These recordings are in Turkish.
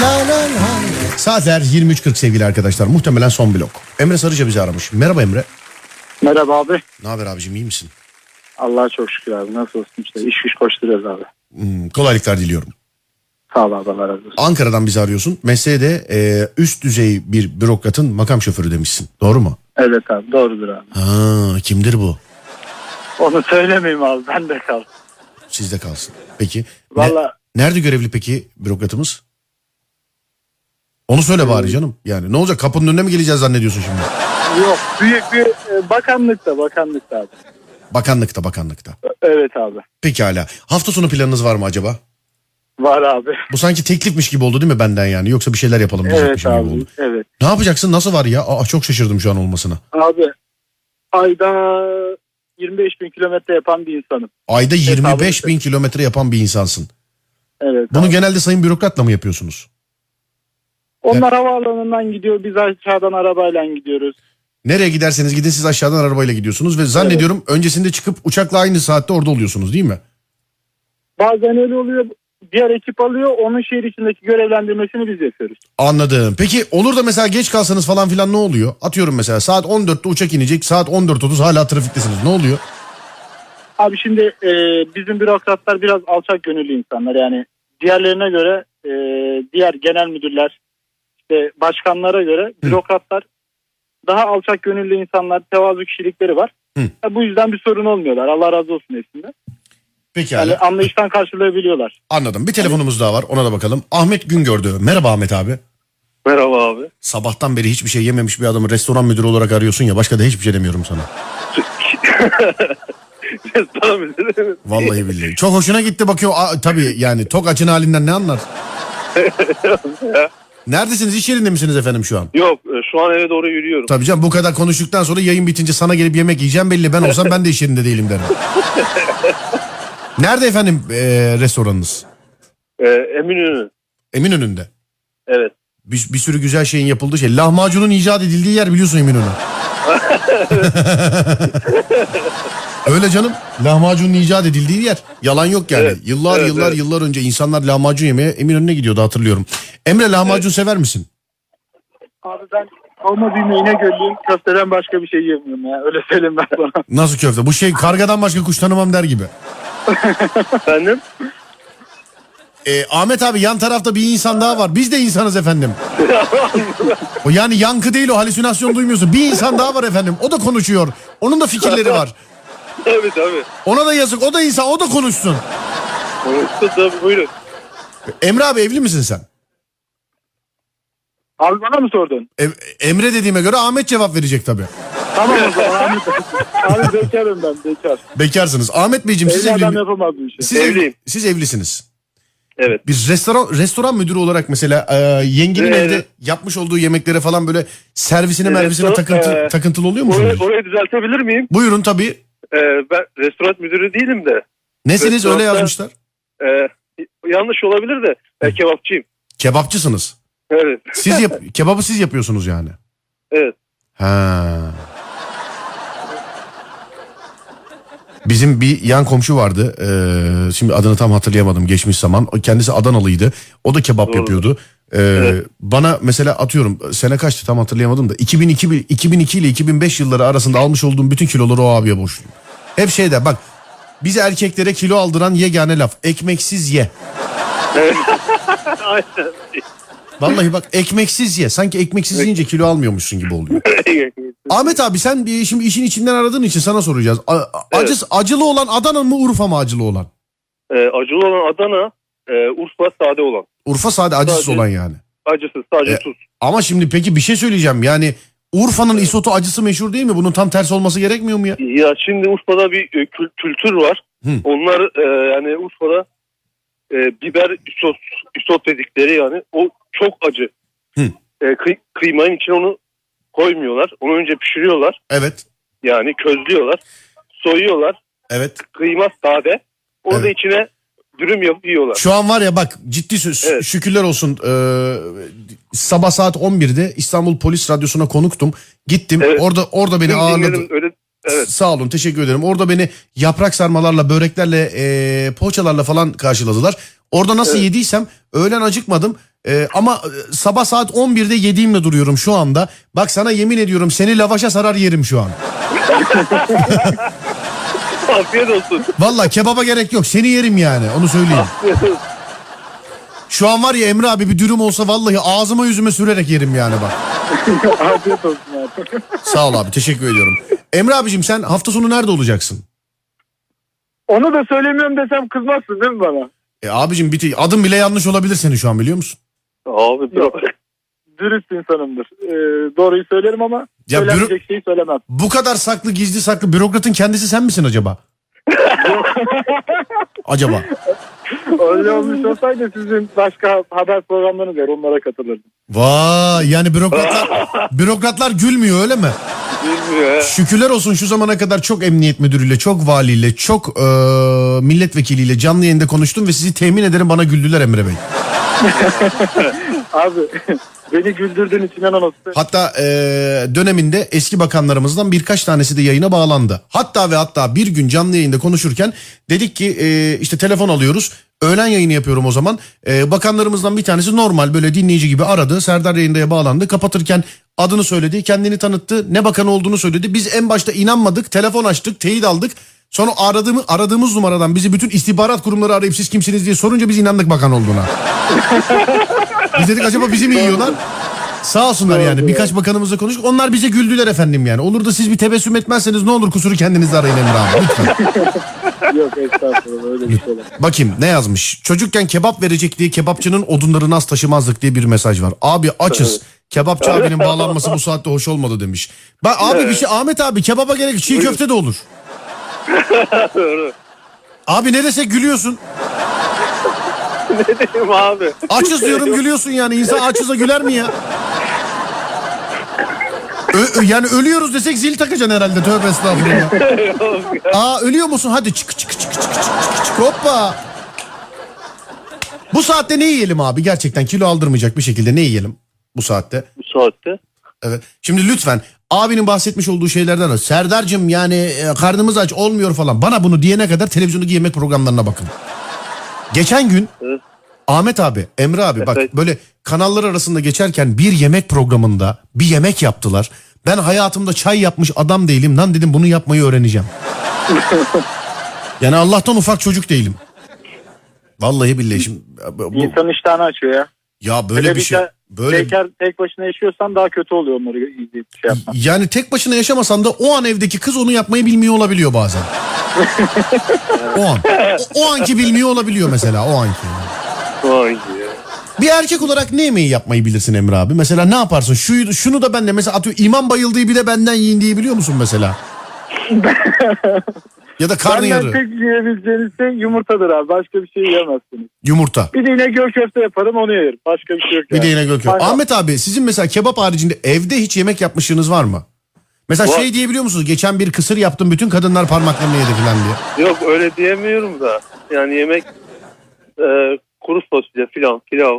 La la la. Saatler 23.40 sevgili arkadaşlar. Muhtemelen son blok. Emre Sarıca bizi aramış. Merhaba Emre. Merhaba abi. Ne haber abicim iyi misin? Allah'a çok şükür abi. Nasılsın işte? İş güç koşturuyoruz abi. Hmm, kolaylıklar diliyorum. Sağ ol abi. Allah razı olsun. Ankara'dan bizi arıyorsun. Mesleğe de e, üst düzey bir bürokratın makam şoförü demişsin. Doğru mu? Evet abi doğrudur abi. Ha, kimdir bu? Onu söylemeyeyim abi. Ben de kal. Sizde kalsın. Peki. Ne- Valla nerede görevli peki bürokratımız? Onu söyle bari canım. Yani ne olacak kapının önüne mi geleceğiz zannediyorsun şimdi? yok. Büyük bir e, bakanlıkta bakanlıkta abi. Bakanlıkta bakanlıkta. Evet abi. Pekala. Hafta sonu planınız var mı acaba? Var abi. Bu sanki teklifmiş gibi oldu değil mi benden yani? Yoksa bir şeyler yapalım diyecekmiş Evet gibi abi. oldu. Evet. Ne yapacaksın? Nasıl var ya? Aa, çok şaşırdım şu an olmasına. Abi ayda 25 bin kilometre yapan bir insanım. Ayda 25 abi. bin kilometre yapan bir insansın. Evet. Bunu abi. genelde sayın bürokratla mı yapıyorsunuz? Onlar havaalanından gidiyor. Biz aşağıdan arabayla gidiyoruz. Nereye giderseniz gidin siz aşağıdan arabayla gidiyorsunuz ve zannediyorum öncesinde çıkıp uçakla aynı saatte orada oluyorsunuz değil mi? Bazen öyle oluyor. Diğer ekip alıyor. Onun şehir içindeki görevlendirmesini biz yapıyoruz. Anladım. Peki olur da mesela geç kalsanız falan filan ne oluyor? Atıyorum mesela saat 14'te uçak inecek saat 14.30 hala trafiktesiniz ne oluyor? Abi şimdi e, bizim bürokratlar biraz alçak gönüllü insanlar. Yani diğerlerine göre e, diğer genel müdürler işte başkanlara göre bürokratlar daha alçak gönüllü insanlar tevazu kişilikleri var. Hı. Ya bu yüzden bir sorun olmuyorlar. Allah razı olsun hepsinde. Pekala Yani anlayıştan karşılayabiliyorlar. anladım. Bir telefonumuz daha var ona da bakalım. Ahmet Güngördü. Merhaba Ahmet abi. Merhaba abi. Sabahtan beri hiçbir şey yememiş bir adamı restoran müdürü olarak arıyorsun ya başka da hiçbir şey demiyorum sana. Tamam üzülürüm. Vallahi billahi. Çok hoşuna gitti bakıyor. Aa, tabii yani tok açın halinden ne anlar? Neredesiniz? İş yerinde misiniz efendim şu an? Yok e, şu an eve doğru yürüyorum. Tabii canım bu kadar konuştuktan sonra yayın bitince sana gelip yemek yiyeceğim belli. Ben olsam ben de iş yerinde değilim derim. Nerede efendim eee, restoranınız? E, Eminönü. Eminönü'nde. Evet. Bir, bir sürü güzel şeyin yapıldığı şey. Lahmacunun icat edildiği yer biliyorsun Eminönü. Öyle canım. Lahmacunun icat edildiği yer. Yalan yok yani. Evet, Yıllar evet, yıllar evet. yıllar önce insanlar lahmacun yemeye Eminönü'ne gidiyordu hatırlıyorum. Emre lahmacun sever misin? Abi ben olma düğmeğine gölüyüm. Köfteden başka bir şey yemiyorum ya. Öyle söyleyeyim ben sana. Nasıl köfte? Bu şey kargadan başka kuş tanımam der gibi. Efendim? E, Ahmet abi yan tarafta bir insan daha var. Biz de insanız efendim. o yani yankı değil o halüsinasyon duymuyorsun. Bir insan daha var efendim. O da konuşuyor. Onun da fikirleri var. Tabii tabii. Ona da yazık. O da insan. O da konuşsun. Konuştu tabii buyurun. Emre abi evli misin sen? Abi bana mı sordun? Ev- Emre dediğime göre Ahmet cevap verecek tabii. Tamam o zaman Ahmet abi. Abi bekarım ben bekar. Bekarsınız. Ahmet Beyciğim siz Evli evli adam mi- yapamaz bu işi. Siz, ev- Evliyim. siz evlisiniz. Evet. Bir restoran restoran müdürü olarak mesela e, yengenin Evet. evde yapmış olduğu yemeklere falan böyle servisine Evet, mervisine o, takıntı, e, takıntılı oluyor Orayı, musunuz? orayı düzeltebilir miyim? Buyurun tabii. E, ben restoran müdürü değilim de. Nesiniz öyle Restoranda- yazmışlar. e, yanlış olabilir de e, kebapçıyım. Kebapçısınız. Evet. Siz yap kebabı siz yapıyorsunuz yani. Evet. Ha. Bizim bir yan komşu vardı. Ee, şimdi adını tam hatırlayamadım geçmiş zaman. O Kendisi Adanalıydı. O da kebap Doğrudur. yapıyordu. Ee, Evet. Bana mesela atıyorum sene kaçtı tam hatırlayamadım da 2002, bi- 2002 ile 2005 yılları arasında almış olduğum bütün kiloları o abiye borçluyum. Hep şey der bak bize erkeklere kilo aldıran yegane laf ekmeksiz ye. Aynen. Vallahi bak ekmeksiz ye. Sanki ekmeksiz yiyince kilo almıyormuşsun gibi oluyor. Ee, Ahmet abi sen bir şimdi işin içinden aradığın için sana soracağız. A- a- Evet. acıs- acılı olan Adana mı Urfa mı acılı olan? E, acılı olan Adana, e, Urfa sade olan. Urfa sade acısız Sade. olan yani. Acısız sadece E, tuz. Ama şimdi peki bir şey söyleyeceğim. Yani Urfa'nın isotu acısı meşhur değil mi? Bunun tam tersi olması gerekmiyor mu ya? Ya şimdi Urfa'da bir e, kül- kültür var. Hı. Onlar e, yani Urfa'da e, biber sos, isot dedikleri yani o çok acı. Hı. E, kıy- kıymanın içine onu koymuyorlar. Onu önce pişiriyorlar. Evet. Yani közlüyorlar. Soyuyorlar. Evet. Kıyma sade. Onu da Evet. içine dürüm yapıp yiyorlar. Şu an var ya bak ciddi söz Evet. şükürler olsun. Ee, sabah saat 11'de İstanbul Polis Radyosu'na konuktum. Gittim. Evet. Orada orada beni Benim ağırladı. dinlerim Öyle, evet. Sağ olun teşekkür ederim. Orada beni yaprak sarmalarla, böreklerle, e, poğaçalarla falan karşıladılar. Orada nasıl Evet. yediysem öğlen acıkmadım. Ee, ama e, sabah saat 11'de yediğimle duruyorum şu anda. Bak sana yemin ediyorum seni lavaşa sarar yerim şu an. Afiyet olsun. Valla kebaba gerek yok seni yerim yani onu söyleyeyim. Şu an var ya Emre abi bir dürüm olsa vallahi ağzıma yüzüme sürerek yerim yani bak. Afiyet olsun abi. Sağ ol abi teşekkür ediyorum. Emre abicim sen hafta sonu nerede olacaksın? Onu da söylemiyorum desem kızmazsın değil mi bana? E abicim biti adım bile yanlış olabilir senin şu an biliyor musun? Abi Yok. Dürüst insanımdır. Ee, doğruyu söylerim ama Ya söylenmeyecek şeyi söylemem. Bu kadar saklı gizli saklı bürokratın kendisi sen misin acaba? acaba. Öyle olmuş olsaydı sizin başka haber programlarınız var onlara katılırdım. Vay yani bürokratlar bürokratlar gülmüyor öyle mi? bilmiyor he. Şükürler olsun şu zamana kadar çok emniyet müdürüyle, çok valiyle, çok eee, milletvekiliyle canlı yayında konuştum ve sizi temin ederim bana güldüler Emre Bey. Abi beni güldürdüğün için inan olsun. Hatta eee, döneminde eski bakanlarımızdan birkaç tanesi de yayına bağlandı. Hatta ve hatta bir gün canlı yayında konuşurken dedik ki eee, işte telefon alıyoruz. Öğlen yayını yapıyorum o zaman. Eee, bakanlarımızdan bir tanesi normal böyle dinleyici gibi aradı. Serdar yayındaya bağlandı. Kapatırken adını söyledi, kendini tanıttı, ne bakan olduğunu söyledi. Biz en başta inanmadık, telefon açtık, teyit aldık. Sonra aradığımız, aradığımız numaradan bizi bütün istihbarat kurumları arayıp siz kimsiniz diye sorunca biz inandık bakan olduğuna. biz dedik acaba bizi mi yiyorlar? Sağ olsunlar yani birkaç bakanımızla konuştuk. Onlar bize güldüler efendim yani. Olur da siz bir tebessüm etmezseniz ne olur kusuru kendinizde arayın Emre abi lütfen. Yok estağfurullah öyle bir şey olamaz. Bakayım ne yazmış. Çocukken kebap verecek diye kebapçının odunları nasıl taşımazdık diye bir mesaj var. Abi açız. Kebapçı abinin bağlanması bu saatte hoş olmadı demiş. Ben abi bir şey Ahmet abi kebaba gerek yok, çiğ köfte de olur. Abi ne desek gülüyorsun. ne diyeyim abi? Açız diyorum gülüyorsun yani. İnsan açıza güler mi ya? Ö- ö- yani ölüyoruz desek zil takacaksın herhalde. Tövbe estağfurullah. Aa ölüyor musun? Hadi çık çık çık çık çık çık çık. Hoppa. Bu saatte ne yiyelim abi? Gerçekten kilo aldırmayacak bir şekilde ne yiyelim bu saatte? Bu saatte. Evet. Şimdi lütfen abinin bahsetmiş olduğu şeylerden az. Serdar'cığım yani e, karnımız aç olmuyor falan. Bana bunu diyene kadar televizyondaki yemek programlarına bakın. Geçen gün Evet. Ahmet abi, Emre abi bak Evet. böyle kanallar arasında geçerken bir yemek programında bir yemek yaptılar. Ben hayatımda çay yapmış adam değilim lan dedim bunu yapmayı öğreneceğim. yani Allah'tan ufak çocuk değilim. Vallahi billahi şimdi bu- bu- İnsanın iştahını açıyor ya. ya böyle Hele bir bir şey de böyle Teker tek başına yaşıyorsan daha kötü oluyor onları izleyip şey yapmak. Yani tek başına yaşamasan da o an evdeki kız onu yapmayı bilmiyor olabiliyor bazen. o an. O, o anki bilmiyor olabiliyor mesela o anki. Vay ya. Bir erkek olarak ne yemeği yapmayı bilirsin Emre abi? Mesela ne yaparsın? Şu, şunu da benle mesela atıyor imam bayıldığı bir de benden yiyin diye biliyor musun mesela? ya da Benden karnıyarı, tek yiyebileceğiniz şey yumurtadır abi. Başka bir şey yiyemezsiniz. yumurta. Bir de yine göğ köfte yaparım onu yerim. Başka bir şey yok Bir yani. de yine gök. Aynen. Ahmet abi sizin mesela kebap haricinde evde hiç yemek yapmışlığınız var mı? Mesela Var. şey diyebiliyor musunuz? Geçen bir kısır yaptım bütün kadınlar parmaklarını yedi falan diye. Yok öyle diyemiyorum da. Yani yemek e, kuru fasulye filan pilav.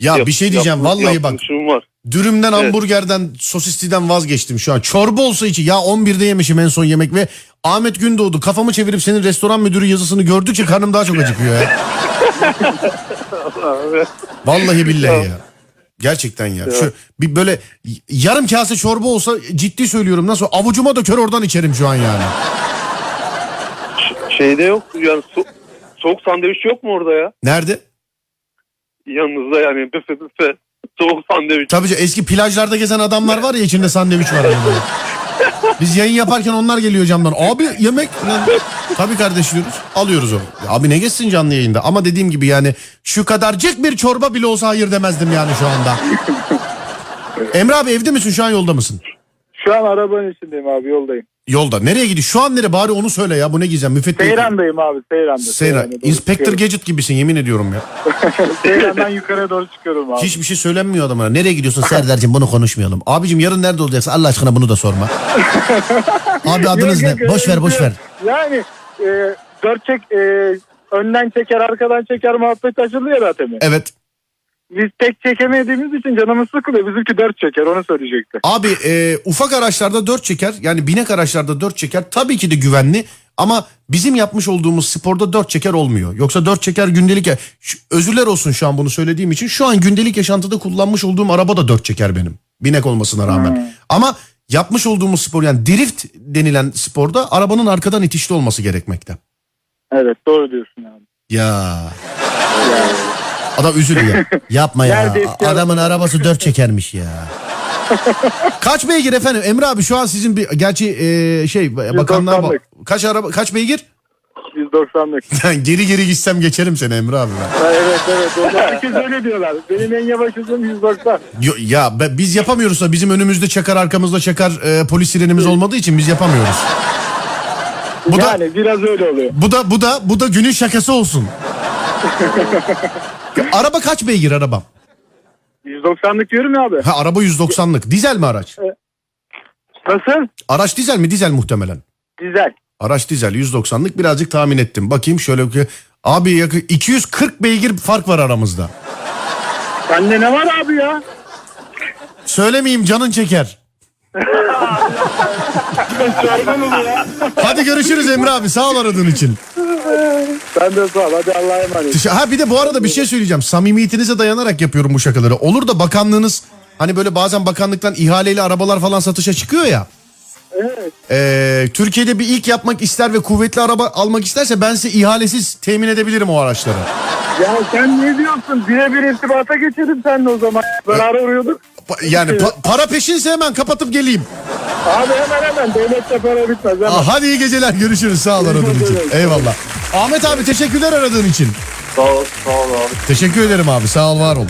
Ya Yap- bir şey diyeceğim yapmış- vallahi bak yapmışım var. Dürümden, Evet. hamburgerden, sosistiden vazgeçtim şu an. Çorba olsa içi. Ya 11'de yemişim en son yemek ve Ahmet Gündoğdu kafamı çevirip senin restoran müdürü yazısını gördükçe karnım daha çok acıkıyor ya. Vallahi billahi ya. Gerçekten ya. Şu bir böyle yarım kase çorba olsa ciddi söylüyorum nasıl avucuma döker oradan içerim şu an yani. Ş- şeyde şey yok yani so- soğuk sandviç yok mu orada ya? Nerede? Yanınızda yani büfe büfe soğuk sandviç. Tabii ki eski plajlarda gezen adamlar var ya içinde sandviç var. arada. Biz yayın yaparken onlar geliyor camdan. Abi yemek. Lan, Tabii kardeş diyoruz. Alıyoruz onu. Ya Abi ne geçsin canlı yayında. Ama dediğim gibi yani şu kadarcık bir çorba bile olsa hayır demezdim yani şu anda. Emre abi evde misin şu an yolda mısın? Şu an arabanın içindeyim abi yoldayım. Yolda. Nereye gidiyorsun? Şu an nereye? Bari onu söyle ya. Bu ne gizem? Müfettiş. Seyran'dayım abi Seyran'da. Seyran. Seyran'a doğru Inspector çıkıyorum. Gadget gibisin yemin ediyorum ya. Seyran'dan yukarı doğru çıkıyorum abi. Hiçbir şey söylenmiyor adamlara. Nereye gidiyorsun Serdar'cığım bunu konuşmayalım. Abicim yarın nerede olacaksın Allah aşkına bunu da sorma. Abi adınız Yok, ne? yok, Boş ver boş ver. Yani e, dört çek e, önden çeker arkadan çeker muhabbet açıldı ya zaten. Evet. Biz tek çekemediğimiz için canımız sıkılıyor. Bizimki dört çeker onu söyleyecekti. Abi e, ufak araçlarda 4 çeker yani binek araçlarda 4 çeker tabii ki de güvenli Ama bizim yapmış olduğumuz sporda dört çeker olmuyor. Yoksa dört çeker gündelik... ya- Şu- Özürler olsun şu an bunu söylediğim için. Şu an gündelik yaşantıda kullanmış olduğum araba da dört çeker benim. Binek olmasına rağmen. Hmm. Ama yapmış olduğumuz spor yani drift denilen sporda arabanın arkadan itişli olması gerekmekte. Evet doğru diyorsun abi. Ya. Adam üzülüyor. Yapma ya. Nerede ihtiyar- Adamın arabası dört çekermiş ya. kaç beygir efendim? Emre abi şu an sizin bir gerçi e, şey bakanlar doksanlık. kaç araba kaç beygir? 190'lık. Ben geri geri gitsem geçerim seni Emre abi. ben. evet evet. doğru. Herkes öyle diyorlar. Benim en yavaş hızım 190. Yo- ya be- biz yapamıyoruz da bizim önümüzde çakar arkamızda çakar e, polis sirenimiz olmadığı için biz yapamıyoruz. Bu da yani biraz öyle oluyor. bu da bu da bu da günün şakası olsun. Ya, araba kaç beygir arabam? 190'lık diyorum ya abi. Ha araba 190'lık. Dizel mi araç? Nasıl? Araç dizel mi? Dizel muhtemelen. Dizel. Araç dizel 190'lık birazcık tahmin ettim. Bakayım şöyle ki abi yakın 240 beygir fark var aramızda. Sende ne var abi ya? Söylemeyeyim canın çeker. Hadi görüşürüz Emre abi sağ ol aradığın için. Ben de sağ ol. Hadi Allah'a emanet. Dışa- Ha bir de bu arada bir şey söyleyeceğim. Samimiyetinize dayanarak yapıyorum bu şakaları. Olur da bakanlığınız hani böyle bazen bakanlıktan ihaleyle arabalar falan satışa çıkıyor ya. Ee, Türkiye'de bir ilk yapmak ister ve kuvvetli araba almak isterse ben size ihalesiz temin edebilirim o araçları. Ya sen ne diyorsun? Birebir irtibata geçelim seninle o zaman. Beraber arıyorduk. Pa- Yani pa- para peşinse hemen kapatıp geleyim. Abi hemen hemen. Devlette para bitmez. Hemen. Ah, hadi iyi geceler görüşürüz sağ ol aradığın için. Eyvallah. Ahmet abi teşekkürler aradığın için. Sağ ol, sağ ol abi. Teşekkür ederim abi sağ ol var ol.